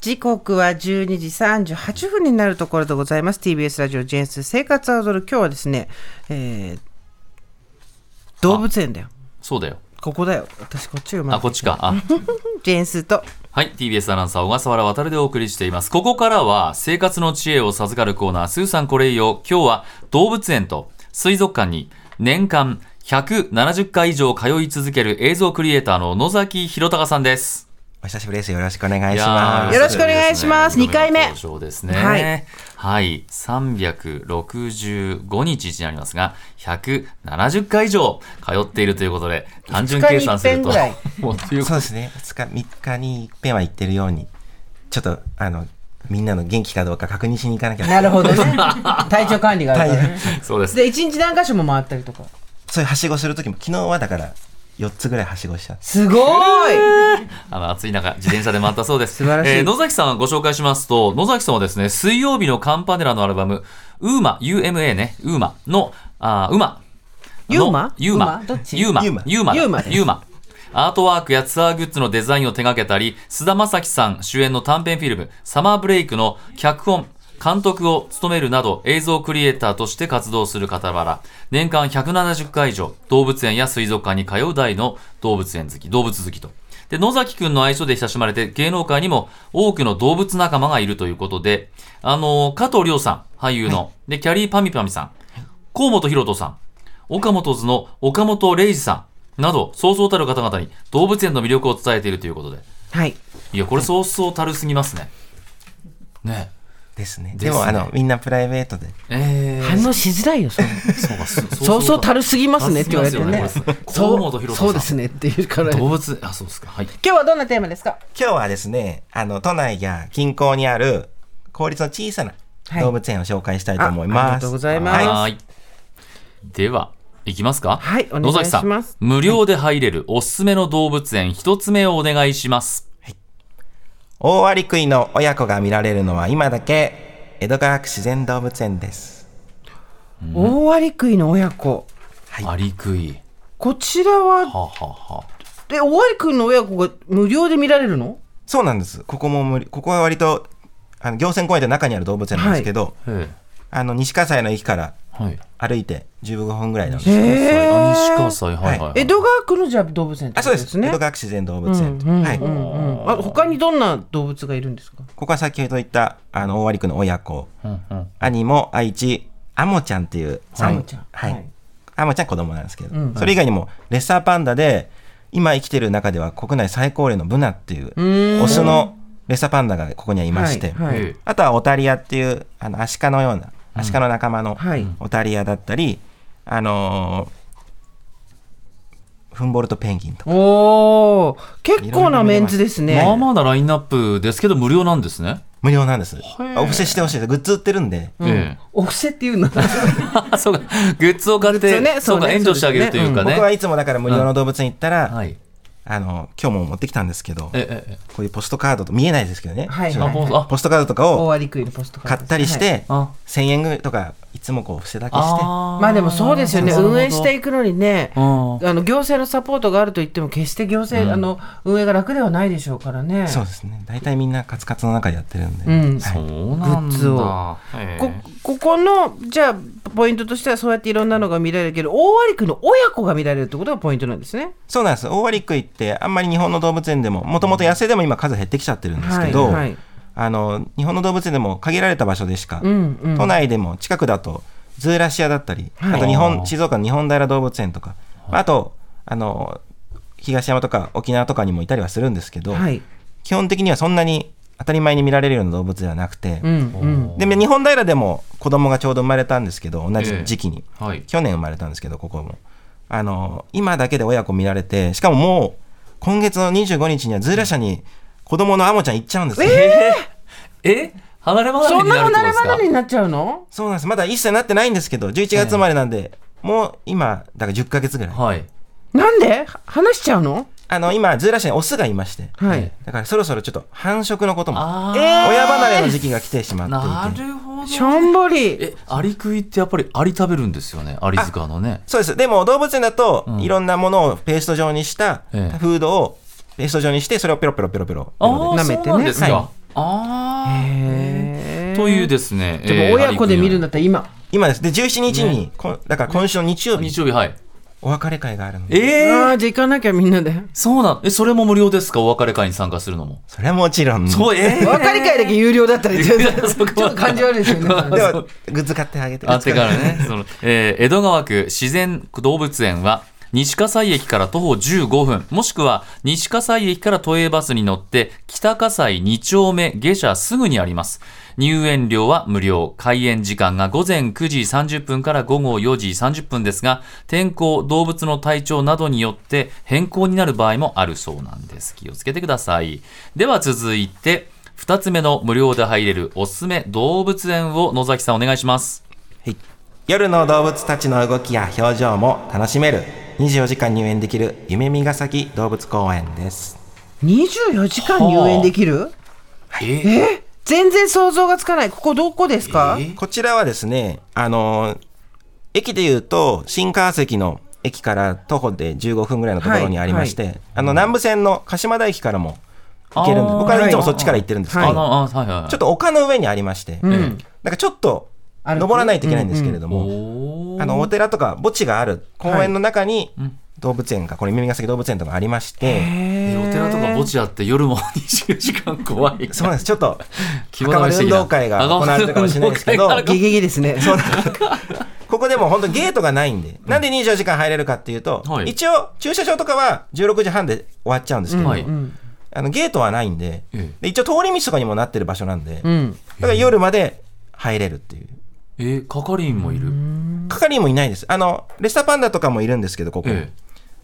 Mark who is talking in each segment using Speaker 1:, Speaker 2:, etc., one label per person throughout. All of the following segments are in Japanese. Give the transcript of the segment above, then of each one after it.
Speaker 1: 時刻は12時38分になるところでございます。TBS ラジオジェンス生活を踊る。今日はですね、えー、動物園だよ。
Speaker 2: そうだよ。
Speaker 1: ここだよ。私こっちよ。
Speaker 2: あ、こっちか。あ、
Speaker 1: ジェンスと。
Speaker 2: はい。TBS アナウンサー、小笠原渡でお送りしています。ここからは、生活の知恵を授かるコーナー、スーさんこれいいよ。今日は、動物園と水族館に、年間170回以上通い続ける映像クリエイターの野崎弘隆さんです。
Speaker 3: お久しぶりです。よろしくお願いします。
Speaker 1: よろしくお願いします
Speaker 2: 二
Speaker 1: 二回目
Speaker 2: 登場ですね。
Speaker 1: は
Speaker 2: はいい。365日になりますが、170回以上通っているということで、単純計算すると
Speaker 1: 二日に一遍、
Speaker 2: もうとい う
Speaker 3: そうですね。2日、3日に一遍は行ってるように、ちょっと、あの、みんなの元気かどうか確認しに行かなきゃ
Speaker 1: なるほどね。 体調管理があるからね。
Speaker 2: そうです。
Speaker 1: で、一日何箇所も回ったりとか。
Speaker 3: そういうはしごするときも、昨日はだから、4つぐらいはしごしたんです。
Speaker 1: すごーい
Speaker 2: あの暑い中、自転車で回ったそうです。
Speaker 1: 素晴らしい
Speaker 2: えー野崎さんをご紹介しますと、野崎さんはですね、水曜日のカンパネラのアルバム、ウーマ、UMA ね、ウーマの、あーウマの。
Speaker 1: ユーマ
Speaker 2: ユーマ
Speaker 1: ウマどっ。ち
Speaker 2: ユーマ。
Speaker 3: ユ
Speaker 2: ユ
Speaker 3: ーマ
Speaker 2: ーマ。
Speaker 1: ユーマです
Speaker 2: ユーマ。アートワークやツアーグッズのデザインを手掛けたり、菅田将暉さん主演の短編フィルム、サマーブレイクの脚本、監督を務めるなど映像クリエイターとして活動する傍ら、年間170回以上、動物園や水族館に通う大の動物園好き、動物好きと。で、野崎くんの愛称で親しまれて、芸能界にも多くの動物仲間がいるということで、あの、加藤亮さん、俳優の、で、キャリーパミュパミさん、河本ロ人さん、岡本図の岡本玲二さんなど、そうそうたる方々に動物園の魅力を伝えているということで。
Speaker 1: はい。
Speaker 2: いや、これそうそうたるすぎますね。ね
Speaker 3: ですね。
Speaker 2: ですね
Speaker 3: でも、あの、みんなプライベートで、
Speaker 2: えー、
Speaker 1: 反応しづらいよ、そんな
Speaker 2: そう か
Speaker 1: そうそうたるすぎますねって言われてね
Speaker 2: そうすよこれ。
Speaker 1: そ
Speaker 2: 河
Speaker 1: う
Speaker 2: 本博人さん。
Speaker 1: そうですねっていうから。
Speaker 2: 動
Speaker 1: 今
Speaker 2: 物、あ、そうですか。はい。
Speaker 1: 日はどんなテーマですか
Speaker 3: 今日はですね、あの、都内や近郊にある、公立の小さな
Speaker 1: はい
Speaker 3: 動物園を紹介したいと思います。
Speaker 1: あありがとうございます
Speaker 3: は
Speaker 2: はーい。では、いきますか。
Speaker 1: はいお願い
Speaker 2: 野崎さん
Speaker 1: します
Speaker 2: 無料で入れるおすすめの動物園一つ目をお願いします。
Speaker 3: 大アリクイの親子が見られるのは今だけ、江戸川区自然動物園です。
Speaker 1: 大アリクイの親子。
Speaker 3: はい
Speaker 2: アリクイ。
Speaker 1: こちらは、
Speaker 2: はあ、はあはあ
Speaker 1: え、大アリクイの親子が無料で見られるの
Speaker 3: そうなんです。ここも無理、ここは割と、あの、行政公園の中にある動物園なんですけど、
Speaker 2: へ
Speaker 3: あの、西葛西の駅から
Speaker 2: え。はい。
Speaker 3: 歩いて15分ぐらいなの
Speaker 1: へ
Speaker 3: で。
Speaker 1: ー
Speaker 2: あ西川西、はいはい、はい。
Speaker 1: 江戸川区のじゃあ動物園って
Speaker 3: あ、
Speaker 1: こ
Speaker 3: そ
Speaker 1: と
Speaker 3: うです。江
Speaker 1: ね
Speaker 3: 戸。川区自然動物園と。はい。こ
Speaker 1: うんあ他にどんな動物がいるんですか
Speaker 3: こは先ほど言った、あの、大割区の親子。
Speaker 2: うんうん
Speaker 3: 兄も愛知、アモちゃんっていう。
Speaker 1: はい
Speaker 3: あの
Speaker 1: アモちゃん
Speaker 3: は
Speaker 1: はい
Speaker 3: い。アモちゃん子供なんですけど。それ以外にも、レッサーパンダで、今生きてる中では国内最高齢のブナっていう、オスのレッサーパンダがここにはいまして。
Speaker 1: はい
Speaker 2: へえ
Speaker 3: あとはオタリアっていうあのアシカのようなアシカの仲間の
Speaker 1: はい
Speaker 3: オタリアだったり、あのーフンボルトペンギンとか
Speaker 1: おお結構なメンズですね
Speaker 2: まあまあなラインナップですけど無料なんですね。
Speaker 3: 無料なんですお布施してほしいですグッズ売ってるんで
Speaker 2: え
Speaker 1: お布施っていうの
Speaker 2: えそうか、グッズを買っ
Speaker 1: グッ
Speaker 2: て、
Speaker 1: ズね
Speaker 2: そう
Speaker 1: そう
Speaker 2: か、
Speaker 1: ね
Speaker 2: 援助してあげるというかね。
Speaker 3: 僕はいつもだから無料の動物園行ったら、
Speaker 2: はい。
Speaker 3: あの今日も持ってきたんですけど
Speaker 2: ええええ
Speaker 3: こういうポストカードと見えないですけどね、
Speaker 1: はい
Speaker 3: ち
Speaker 2: あ、
Speaker 3: ょっ
Speaker 2: もう、
Speaker 3: と
Speaker 2: あ、
Speaker 3: ポストカードとか
Speaker 1: 大
Speaker 3: を
Speaker 1: アリクイのポストカード
Speaker 3: 買ったりして、
Speaker 2: あ、
Speaker 3: 1000円ぐらいとかいつもこうお布施だけして
Speaker 2: あー
Speaker 1: まあでもそうですよね
Speaker 2: なるほど
Speaker 1: 運営していくのにね
Speaker 2: うん
Speaker 1: あの行政のサポートがあると言っても決して行政、あの運営が楽ではないでしょうからね
Speaker 3: そうですね大体みんなカツカツの中でやってるんで、
Speaker 1: うん
Speaker 3: はい
Speaker 2: そうなん
Speaker 1: グッ
Speaker 2: だ。
Speaker 1: ズを
Speaker 2: へえ
Speaker 1: こここのじゃあポイントとしてはそうやっていろんなのが見られるけど大アリクイの親子が見られるってことがポイントなんですね
Speaker 3: そうなんですオオアリクイってあんまり日本の動物園でももともと野生でも今数減ってきちゃってるんですけど、
Speaker 1: はいはい
Speaker 3: あの日本の動物園でも限られた場所でしか、
Speaker 1: うんうん
Speaker 3: 都内でも近くだとズーラシアだったり、
Speaker 1: はい
Speaker 3: あと日本静岡の日本平動物園とか、あとあの東山とか沖縄とかにもいたりはするんですけど、
Speaker 1: はい
Speaker 3: 基本的にはそんなに当たり前に見られるような動物ではなくて、
Speaker 1: うんうん
Speaker 3: で日本平でも子供がちょうど生まれたんですけど同じ時期に、
Speaker 2: はい。
Speaker 3: 去年生まれたんですけどここもあの今だけで親子見られてしかももう今月の25日にはズーラ社に子供のアモちゃん行っちゃうんですよ、
Speaker 2: え離れ離れ
Speaker 1: そん
Speaker 2: にな
Speaker 1: な
Speaker 2: る
Speaker 1: 離れ
Speaker 2: ってことです
Speaker 1: 離
Speaker 2: か
Speaker 1: れになっちゃうの
Speaker 3: そうなんですまだ1歳になってないんですけど11月生まれなんで、もう今だから10ヶ月ぐらい
Speaker 2: はい。
Speaker 1: なんで話しちゃうの
Speaker 3: あの今ズーラ社にオスがいまして
Speaker 1: はい。
Speaker 3: だからそろそろちょっと繁殖のことも
Speaker 2: あ
Speaker 1: え
Speaker 3: 親離れの時期が来てしま
Speaker 2: ー、な
Speaker 3: っていて
Speaker 2: るほ
Speaker 1: し
Speaker 2: ど。
Speaker 1: ょんぼり。
Speaker 2: え、アリクイってやっぱりアリ食べるんですよね。アリ塚のね。
Speaker 3: そうですでも動物園だといろんなものをペースト状にした
Speaker 2: ええ
Speaker 3: フードをペースト状にしてそれをペロペロペロペロ
Speaker 2: あ
Speaker 3: ペロで
Speaker 2: あ、
Speaker 1: 舐めてね
Speaker 2: そうなんですか。
Speaker 3: は
Speaker 2: ああ。
Speaker 1: へー
Speaker 2: というですね。
Speaker 1: でも親子で見るんだったら今。
Speaker 3: 今です。で、17日に、こんだから今週の日曜日、
Speaker 2: 日曜日、はい。
Speaker 3: お別れ会があるので、
Speaker 2: ええ
Speaker 1: ああ、じゃあ行かなきゃみんなで。
Speaker 2: そうなんえ、それも無料ですかお別れ会に参加するのも。
Speaker 3: それはもちろん、で
Speaker 2: そう、え
Speaker 1: お別れ会だけ有料だったら、ちょっと
Speaker 2: そこは
Speaker 1: ちょっと感じ悪いですよね。
Speaker 3: は、グッズ買ってあげて。
Speaker 2: あってからね、 その、えー江戸川区自然動物園は、西葛西駅から徒歩15分、もしくは西葛西駅から都営バスに乗って、北葛西2丁目下車すぐにあります。入園料は無料。開園時間が午前9時30分から午後4時30分ですが、天候、動物の体調などによって変更になる場合もあるそうなんです。気をつけてください。では続いて、2つ目の無料で入れるおすすめ動物園を野崎さんお願いします。
Speaker 3: はい夜の動物たちの動きや表情も楽しめる、24時間入園できる夢見ヶ崎動物公園です。
Speaker 1: 24時間入園できる
Speaker 2: え
Speaker 1: え全然想像がつかない。ここどこですか
Speaker 2: え
Speaker 3: こちらはですね、あのー駅でいうと、新川関の駅から徒歩で15分ぐらいのところにありまして、あの南部線の鹿島台駅からも行けるんで
Speaker 2: あー
Speaker 3: す、僕はいつもそっちから行ってるんですけど、
Speaker 2: あのあはいはいはい
Speaker 3: ちょっと丘の上にありまして、なん
Speaker 1: ん
Speaker 3: かちょっと
Speaker 1: 歩く
Speaker 3: 登らないといけないんですけれども、
Speaker 2: おー
Speaker 3: あのお寺とか墓地がある公園の中に、動物園が、これ、耳ヶ崎動物園とかありまして、
Speaker 2: えお寺とか墓地あって夜も24時間怖い
Speaker 3: そうなんです、ちょ っと、
Speaker 2: 際
Speaker 3: 赤
Speaker 2: どい
Speaker 3: 丸
Speaker 2: 素
Speaker 3: 運
Speaker 2: 敵な
Speaker 3: 動会が行われてるかもしれないですけど、
Speaker 2: 赤丸運動会があ
Speaker 1: ゲ
Speaker 2: る
Speaker 1: ゲゲですね。そう
Speaker 3: ここでも本当ゲートがないんで、なんで24時間入れるかっていうと、
Speaker 2: はい
Speaker 3: 一応駐車場とかは16時半で終わっちゃうんですけど、
Speaker 2: はい
Speaker 3: あのゲートはないんで
Speaker 2: ええ
Speaker 3: で一応通り道とかにもなってる場所なんで、
Speaker 1: う
Speaker 3: だ
Speaker 1: ん。
Speaker 3: から夜まで入れるっていう。
Speaker 2: えー係員もいる
Speaker 3: 係員もいないです。あの、レッサーパンダとかもいるんですけど、ここ。
Speaker 2: ええ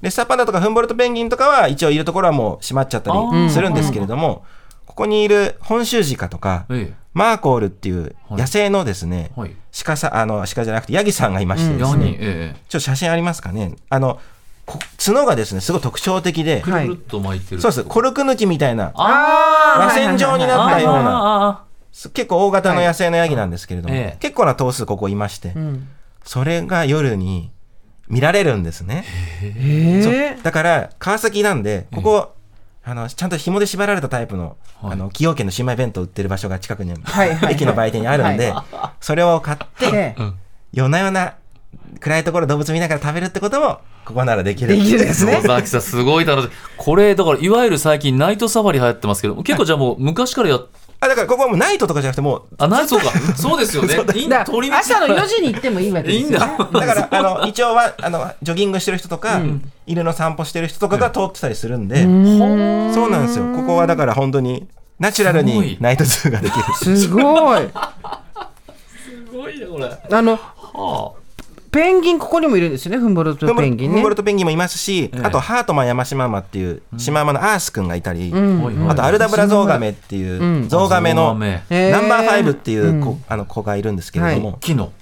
Speaker 3: レッサーパンダとかフンボルトペンギンとかは一応いるところはもう閉まっちゃった
Speaker 2: あー
Speaker 3: りするんですけれども、ここにいる本州鹿とか、
Speaker 2: え
Speaker 3: マーコールっていう野生のですね、
Speaker 2: はい
Speaker 3: 鹿さ、あの、鹿じゃなくてヤギさんがいましてです
Speaker 2: ヤ
Speaker 3: ね、
Speaker 2: ニえ
Speaker 3: ちょっと写真ありますかね。あの、こ角がですね、すごい特徴的で、
Speaker 2: え
Speaker 1: はい
Speaker 2: くるっと巻いてる
Speaker 3: そうです、コルク抜きみたいな、
Speaker 2: あ
Speaker 3: 螺旋状に
Speaker 2: ー
Speaker 3: なったよう
Speaker 2: あー
Speaker 3: な、
Speaker 2: あ
Speaker 3: す結構大型の野生のヤギなんですけれども、
Speaker 2: はいええ
Speaker 3: 結構な頭数ここいまして、
Speaker 1: ん
Speaker 3: それが夜に見られるんですね。そう
Speaker 1: え
Speaker 3: だから、川崎なんで、ここ、あの、ちゃんと紐で縛られたタイプの、
Speaker 2: はい
Speaker 3: あの、崎陽軒の姉妹弁当売ってる場所が近くに、
Speaker 1: はいはいはい
Speaker 3: 駅の売店にあるんで、それを買って、
Speaker 1: え
Speaker 2: ー。うん
Speaker 3: 夜な夜な、暗いところ動物見ながら食べるってことも、ここならできる。
Speaker 1: できるです
Speaker 2: 野
Speaker 1: ね。
Speaker 2: 崎さんすごい楽しいこれだからいわゆる最近ナイトサファリ流行ってますけど結構じゃあもう昔からやっ
Speaker 3: あ、だからここはもうナイトとかじゃなくて、もう、
Speaker 2: あナイトそうかそうですよねいいんだ
Speaker 1: だか
Speaker 2: 通り道
Speaker 1: ら朝の4時に行ってもいいわけです
Speaker 2: いい
Speaker 1: よ
Speaker 2: んだ
Speaker 3: だから、あの、一応は、あの、ジョギングしてる人とか、犬の散歩してる人とかが通ってたりするんで、そうなんですよ。ここはだから本当に、ナチュラル
Speaker 2: すごい
Speaker 3: にナイトズーができる。
Speaker 1: すごい。あ
Speaker 2: すごいねこれは
Speaker 1: の、
Speaker 2: あ
Speaker 1: ペンギンここにもいるんですよね、フンボルトペンギン
Speaker 3: フ
Speaker 1: ね
Speaker 3: ンボ。ルトペンギンもいますし、あと、ハートマンヤマシママっていう、シマウマのアースくんがいたり、
Speaker 2: はいはい
Speaker 3: あと、アルダブラゾウガメっていう、ゾウガメ
Speaker 2: ゾウ
Speaker 3: の、
Speaker 2: ガメ
Speaker 1: へー
Speaker 3: ナンバーファイブっていう子、あの子がいるんですけれ
Speaker 2: 大
Speaker 3: ども、
Speaker 2: きいの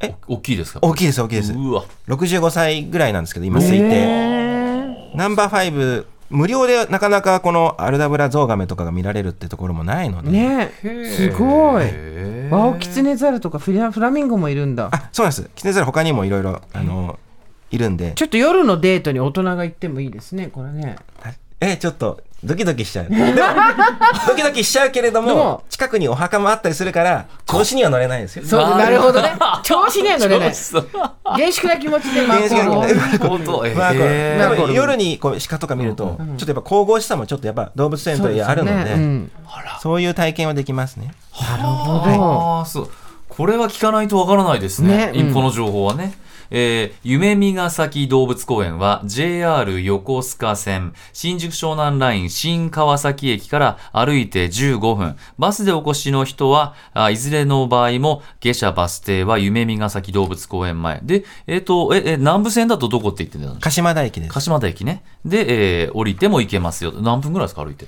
Speaker 3: え
Speaker 2: お大きいですか
Speaker 3: 大きいです、大きいです。
Speaker 2: うわ
Speaker 3: 65歳ぐらいなんですけど、今推定。ナンバーファイブ、無料でなかなかこのアルダブラゾウガメとかが見られるってところもないので、
Speaker 1: ねえ、すごい。
Speaker 2: へ
Speaker 1: ワオキツネザルとかフラフラミンゴもいるんだ。
Speaker 3: あそうなんです。キツネザル他にもいろいろ、あの、いるんで、
Speaker 1: ちょっと夜のデートに大人が行ってもいいですね、これね。
Speaker 3: え、ちょっと、ドキドキしちゃう。でも、ドキドキしちゃうけれど
Speaker 1: で
Speaker 3: も
Speaker 1: も、
Speaker 3: 近くにお墓もあったりするから、調子には乗れないんですよ。
Speaker 1: そう
Speaker 2: あー
Speaker 1: なるほどね。 調子には乗れない。
Speaker 2: そう
Speaker 1: 厳粛な気持ちでマ
Speaker 3: 原
Speaker 1: ー
Speaker 3: 始
Speaker 1: コ
Speaker 3: が
Speaker 1: ロを。
Speaker 2: 本当
Speaker 3: まあこ
Speaker 2: へ
Speaker 3: れ
Speaker 2: ー
Speaker 3: でも夜にこう鹿とか見ると、ちょっとやっぱ神々しさもちょっとやっぱ動物園といえあるの
Speaker 1: そうですよねう
Speaker 3: で、
Speaker 1: ん
Speaker 3: そういう体験はできますね。
Speaker 2: ああそうこれは聞かないとわからないですね
Speaker 1: ね
Speaker 2: イン
Speaker 1: うん
Speaker 2: この情報はね、えー夢見ヶ崎動物公園は JR 横須賀線新宿湘南ライン新川崎駅から歩いて15分バスでお越しの人はあいずれの場合も下車バス停は夢見ヶ崎動物公園前でえっ、とええ南部線だとどこって言ってたの
Speaker 3: 鹿島台駅です
Speaker 2: 鹿。島田駅ねで、えー降りても行けますよ何分ぐらいですか歩いて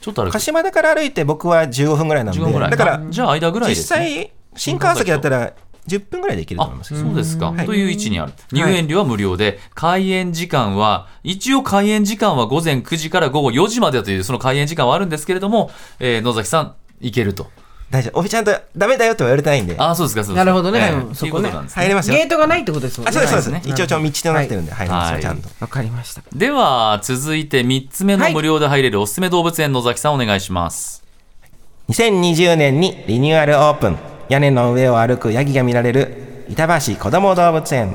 Speaker 2: ちょっと歩いて
Speaker 3: 鹿島台から歩いて僕は15分ぐらいな
Speaker 2: 15分ぐら
Speaker 3: の
Speaker 2: い
Speaker 3: で、だから
Speaker 2: じゃあ間ぐらい
Speaker 3: 実
Speaker 2: です、ね、
Speaker 3: 際、新川崎だったら10分ぐらいできると思い
Speaker 2: あ
Speaker 3: ますけど
Speaker 2: そうですか、
Speaker 3: はい
Speaker 2: という位置にある入園料は無料で、開園時間は一応開園時間は午前9時から午後4時までというその開園時間はあるんですけれども、えー野崎さん行けると
Speaker 3: 大丈夫。おびちゃんとダメだよとは言われてないんで、
Speaker 2: あそうですかそうで
Speaker 1: な
Speaker 2: すか
Speaker 1: るほどね
Speaker 2: ええ
Speaker 1: うん
Speaker 2: と
Speaker 1: そ
Speaker 2: いう
Speaker 1: こ
Speaker 2: こ
Speaker 1: ね
Speaker 2: となんですね
Speaker 3: 入れますよ
Speaker 1: ゲ。ートがないってことですもん
Speaker 3: あ、
Speaker 1: ね。
Speaker 3: そうです、そう
Speaker 2: は
Speaker 3: で
Speaker 2: い
Speaker 3: す。一応、ちょ道となってるんで入りま
Speaker 2: は
Speaker 3: す
Speaker 2: い
Speaker 3: よ、ちゃんと。
Speaker 1: わかりました。
Speaker 2: では続いて3つ目の無料で入れるおすすめ動物園野崎さんお願いします、
Speaker 3: 2020年にリニューアルオープン屋根の上を歩くヤギが見られる板橋こども動物園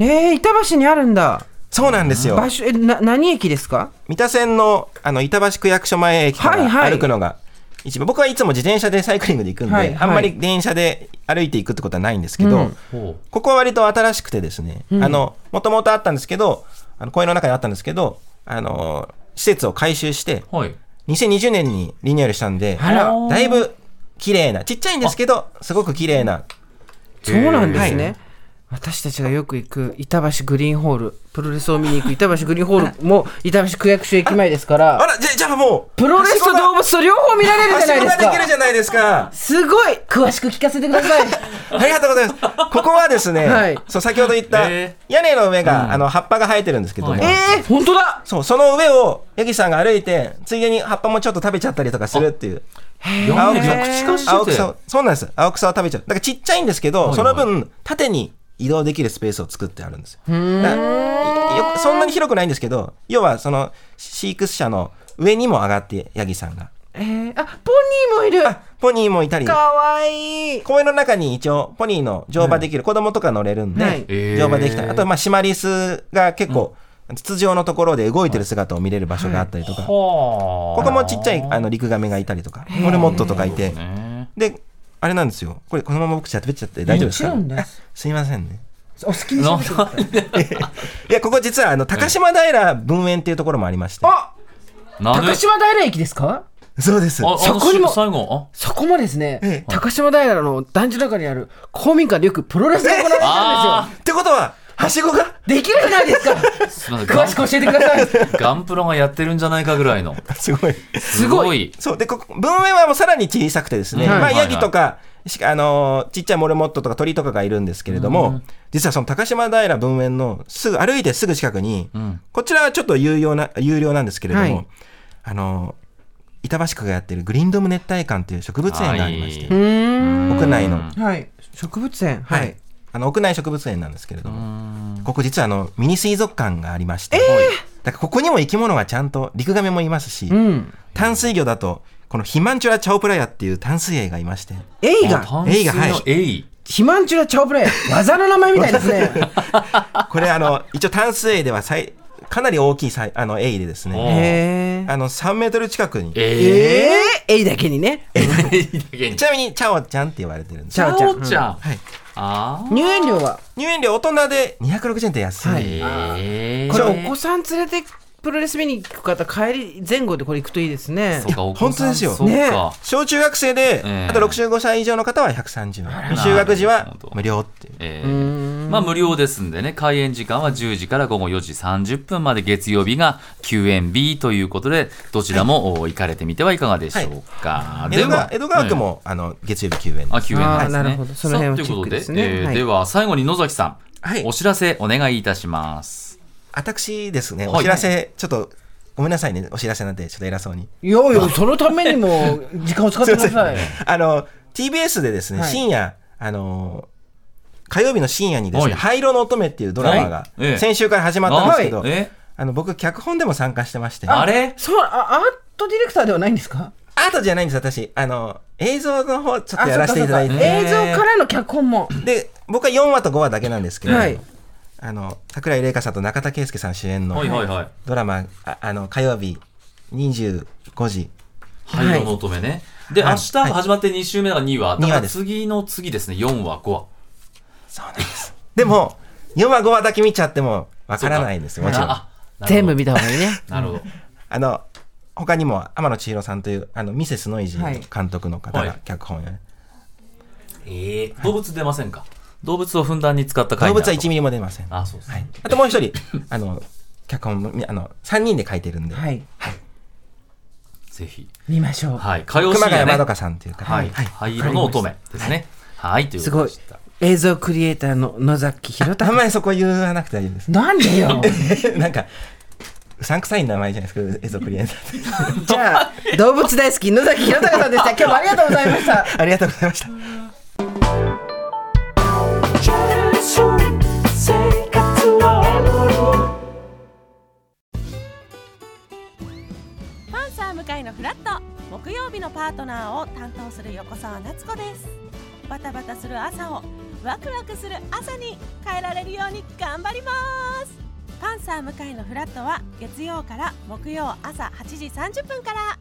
Speaker 1: えー、板橋にあるんだ
Speaker 3: そうなんですよ
Speaker 1: 場所えな何駅ですか
Speaker 3: 三田線のあの板橋区役所前駅か
Speaker 1: はい
Speaker 3: ら
Speaker 1: はい
Speaker 3: 歩くのが一番、僕はいつも自転車でサイクリングで行くんで、
Speaker 1: はいはい
Speaker 3: あんまり電車で歩いていくってことはないんですけど、
Speaker 1: うん
Speaker 2: ほ
Speaker 3: ここは割と新しくてですね、あの、もともとあったんですけど、あの公園の中にあったんですけど、あの、施設を改修して、
Speaker 2: う。はい。
Speaker 3: 2020年にリニューアルしたんで、
Speaker 1: あら
Speaker 3: だいぶ綺麗な、ちっちゃいんですけど、すごく綺麗な、
Speaker 1: そうなんですね、
Speaker 3: は
Speaker 1: 私たちがよく行く板橋グリーンホールプロレスを見に行く板橋グリーンホールも板橋区役所駅前ですか
Speaker 3: あ
Speaker 1: ら
Speaker 3: ら、じゃ、じゃあもう、
Speaker 1: プロレスと動物と両方見られるじゃないです
Speaker 3: はしごができ
Speaker 1: か
Speaker 3: るじゃないですか。
Speaker 1: すごい詳しく聞かせてください
Speaker 3: ありがとうございます。ここはですね、
Speaker 1: はい
Speaker 3: そう先ほど言った、
Speaker 2: え
Speaker 3: 屋根の上が、あの葉っぱが生えてるんですけども、
Speaker 2: はい
Speaker 1: えー、本当だ
Speaker 3: そうその上をヤギさんが歩いて、ついでに葉っぱもちょっと食べちゃったりとかするっていう。
Speaker 2: 山口
Speaker 3: へ
Speaker 2: さん、
Speaker 3: ー
Speaker 2: 口化してて。
Speaker 3: 青草をそうなんです青草を食べちゃうだからちっちゃいんですけど、
Speaker 2: い
Speaker 3: その分縦に移動できるスペースを作ってあるんですよだからいよそんなに広くないんですけど要はその飼育者の上にも上がってヤギさんが
Speaker 1: えー、あポニーもいる
Speaker 3: あポニーもいたり
Speaker 1: かわいい
Speaker 3: 公園の中に一応ポニーの乗馬できる、子供とか乗れるんで、
Speaker 1: はい
Speaker 2: へー
Speaker 3: 乗馬できたりあとまあシマリスが結構、筒状のところで動いてる姿を見れる場所があったりとか、
Speaker 2: はあ。
Speaker 3: ここもちっちゃいあの陸亀がいたりとかモルモットとかいて、
Speaker 2: ね
Speaker 3: で、あれなんですよ。これ、このまま僕ちゃべっちゃって大丈夫ですか
Speaker 1: もちろんです
Speaker 3: あすいませんね。
Speaker 1: お好きにしゃべってください
Speaker 3: いや、ここ実は、あの、高島平文園っていうところもありまして。
Speaker 1: あ
Speaker 2: なんで
Speaker 1: 高島平駅ですか
Speaker 3: そうです。
Speaker 2: あ、
Speaker 1: そこにも
Speaker 2: あの最後、
Speaker 1: そこもですね、
Speaker 3: ええ
Speaker 1: 高島平の団地の中にある公民館でよくプロレスが行われて
Speaker 2: あ、
Speaker 1: たん
Speaker 2: あ
Speaker 3: ってことは、はしごが、
Speaker 1: ですよできるじゃないですか
Speaker 2: ー、すみません。
Speaker 1: 詳しく教えてください
Speaker 2: ガンプロがやってるんじゃないかぐらいの。
Speaker 3: すごい。
Speaker 1: すごい
Speaker 2: い。
Speaker 3: そう。で、ここ、文園はもうさらに小さくてですね。
Speaker 1: はい
Speaker 3: ま
Speaker 2: は
Speaker 3: あ、
Speaker 2: いはい
Speaker 3: ヤギとか、しあのーちっちゃいモルモットとか鳥とかがいるんですけれども、実はその高島平文園のすぐ、歩いてすぐ近くに、
Speaker 2: ん
Speaker 3: こちらはちょっと有料な、有料なんですけれども、
Speaker 1: はい
Speaker 3: あのー板橋区がやってるグリーンドム熱帯館という植物園がありまして、
Speaker 2: はいう
Speaker 1: ーん
Speaker 3: 屋内の。
Speaker 1: はい植物園は、
Speaker 3: はいい、あの屋内植物園なんですけれども、ここ実はあのミニ水族館がありまして、だからここにも生き物がちゃんとリクガメもいますし、
Speaker 1: うん
Speaker 3: 淡水魚だとこのヒマンチュラチャオプラヤっていう淡水エイがいまして、
Speaker 1: エイが
Speaker 2: あ淡水
Speaker 3: エイがはい
Speaker 2: のエイ。
Speaker 1: 肥満中のチャオプレイ技の名前みたいですね
Speaker 3: これあ の一応淡水エイでは最かなり大きいさいあのエイでです
Speaker 2: お
Speaker 3: ね、
Speaker 1: へー
Speaker 3: あの3メートル近くに、
Speaker 2: え
Speaker 1: えー、エイだけにね
Speaker 2: えー、エイだけに。
Speaker 3: ちなみにチャオちゃんって言われてるんです。
Speaker 1: チャオちゃん
Speaker 2: ちゃん。
Speaker 3: はい、
Speaker 2: あ
Speaker 1: 入園料は
Speaker 3: 入園料大人で260円で安い、
Speaker 1: は
Speaker 2: あ。
Speaker 1: い
Speaker 2: ええ。
Speaker 1: これお
Speaker 2: っ
Speaker 1: 子さん連れてプロレス見に行く方帰り前後でこれ行くといいですね
Speaker 2: そうか、お子
Speaker 3: 本当
Speaker 2: さん
Speaker 3: ですよ
Speaker 2: そう
Speaker 1: ね
Speaker 2: か。
Speaker 3: 小中学生で、
Speaker 2: ええ
Speaker 3: あと65歳以上の方は130円
Speaker 2: ら
Speaker 3: 未就学児は無料っていう
Speaker 2: え
Speaker 1: うー
Speaker 2: え。
Speaker 1: ん
Speaker 2: まあ無料ですんでね、開園時間は10時から午後4時30分まで月曜日が休園日ということで、どちらもお行かれてみてはいかがでしょうか。
Speaker 3: 江戸川江戸川区
Speaker 2: も
Speaker 3: も、あの月曜日休園で
Speaker 2: あ、休園なんで
Speaker 1: あー
Speaker 2: すね。
Speaker 1: なるほどその辺は
Speaker 2: さあという
Speaker 1: チェッ
Speaker 2: こと
Speaker 1: ク
Speaker 2: で、
Speaker 1: ですね
Speaker 2: えー
Speaker 1: はい
Speaker 2: では最後に野崎さん、
Speaker 3: はい
Speaker 2: お知らせお願いいたします。
Speaker 3: 私ですね、
Speaker 2: はい
Speaker 3: お知らせ、ちょっと、ごめんなさいね、お知らせなんて、ちょっと偉そうに。
Speaker 1: いやいやそのためにも 時間を使ってくだ
Speaker 3: すいま
Speaker 1: さい
Speaker 3: せんあの、TBS でですね、
Speaker 1: はい
Speaker 3: 深夜、あのー、火曜日の深夜にですね、
Speaker 2: は
Speaker 3: 灰色の乙女っていうドラマが
Speaker 2: はいええ、
Speaker 3: 先週から始まったんですけど、
Speaker 2: え、
Speaker 3: あの、僕、脚本でも参加してまして、
Speaker 2: あれ？
Speaker 1: そうあアートディレクターではないんですか
Speaker 3: アートじゃないんです、私。あの、映像の方、ちょっとやらせていただい
Speaker 1: あそ
Speaker 2: っ
Speaker 1: うか
Speaker 3: て。
Speaker 1: そうか映像からの脚本も
Speaker 3: で、僕は4話と5話だけなんですけど、
Speaker 1: はい
Speaker 3: あの、桜井玲香さんと中田圭介さん主演の、
Speaker 2: はいはいはい。
Speaker 3: ドラマ、ああの、火曜日25時。
Speaker 1: い
Speaker 2: 灰色の乙女ね。で、
Speaker 3: はい
Speaker 2: 明日始まって2週目が2話。だ
Speaker 3: 二
Speaker 2: か
Speaker 3: 話
Speaker 2: ら
Speaker 3: です
Speaker 2: 次の次ですね、4話、5話。
Speaker 3: そうなんです。でも、4話5話だけ見ちゃってもわからないですよ、もちろん。あ
Speaker 2: あ、あ
Speaker 1: 全部。見た方がいいね
Speaker 2: なるほどなるほど。
Speaker 3: の、他にも天野千尋さんという、あの、ミセスノイジーの監督の方
Speaker 2: は
Speaker 3: が
Speaker 2: い
Speaker 3: 脚本やね、
Speaker 2: ええ、動物出ませんか？動物をふんだんに使った回
Speaker 3: 動
Speaker 2: にな
Speaker 3: 物
Speaker 2: る
Speaker 3: は1ミリも出ません。
Speaker 2: あ、そうですね。
Speaker 3: あとも う一人、あの、脚本も、みあの、3人で書いてるんで、
Speaker 1: はい
Speaker 2: ぜひ。
Speaker 1: 見ましょう
Speaker 2: はい、火曜
Speaker 3: 熊
Speaker 2: 深夜
Speaker 3: 谷ま
Speaker 2: ね
Speaker 3: ど。かさんという方、
Speaker 2: はい、
Speaker 3: はい
Speaker 2: 灰色の乙女ですね。はい、という
Speaker 1: す
Speaker 2: こと
Speaker 1: ご
Speaker 2: で
Speaker 1: い
Speaker 2: した。
Speaker 1: 映像クリエイターの野崎弘
Speaker 3: あん
Speaker 1: 隆
Speaker 3: まりそこ言わなくて大丈夫です。
Speaker 1: なんで よ
Speaker 3: なんか、うさんくさい名前じゃないですか、エゾクリエンターって
Speaker 1: じゃあ動物大好き野崎弘隆さんでした今日もありがとうございました
Speaker 3: ありがとうございました。
Speaker 4: パンサー向かいのフラット木曜日のパートナーを担当する横澤夏子ですバタバタする朝をワクワクする朝に変えられるように頑張りますパンサー向かいのフラットは月曜から木曜朝8時30分から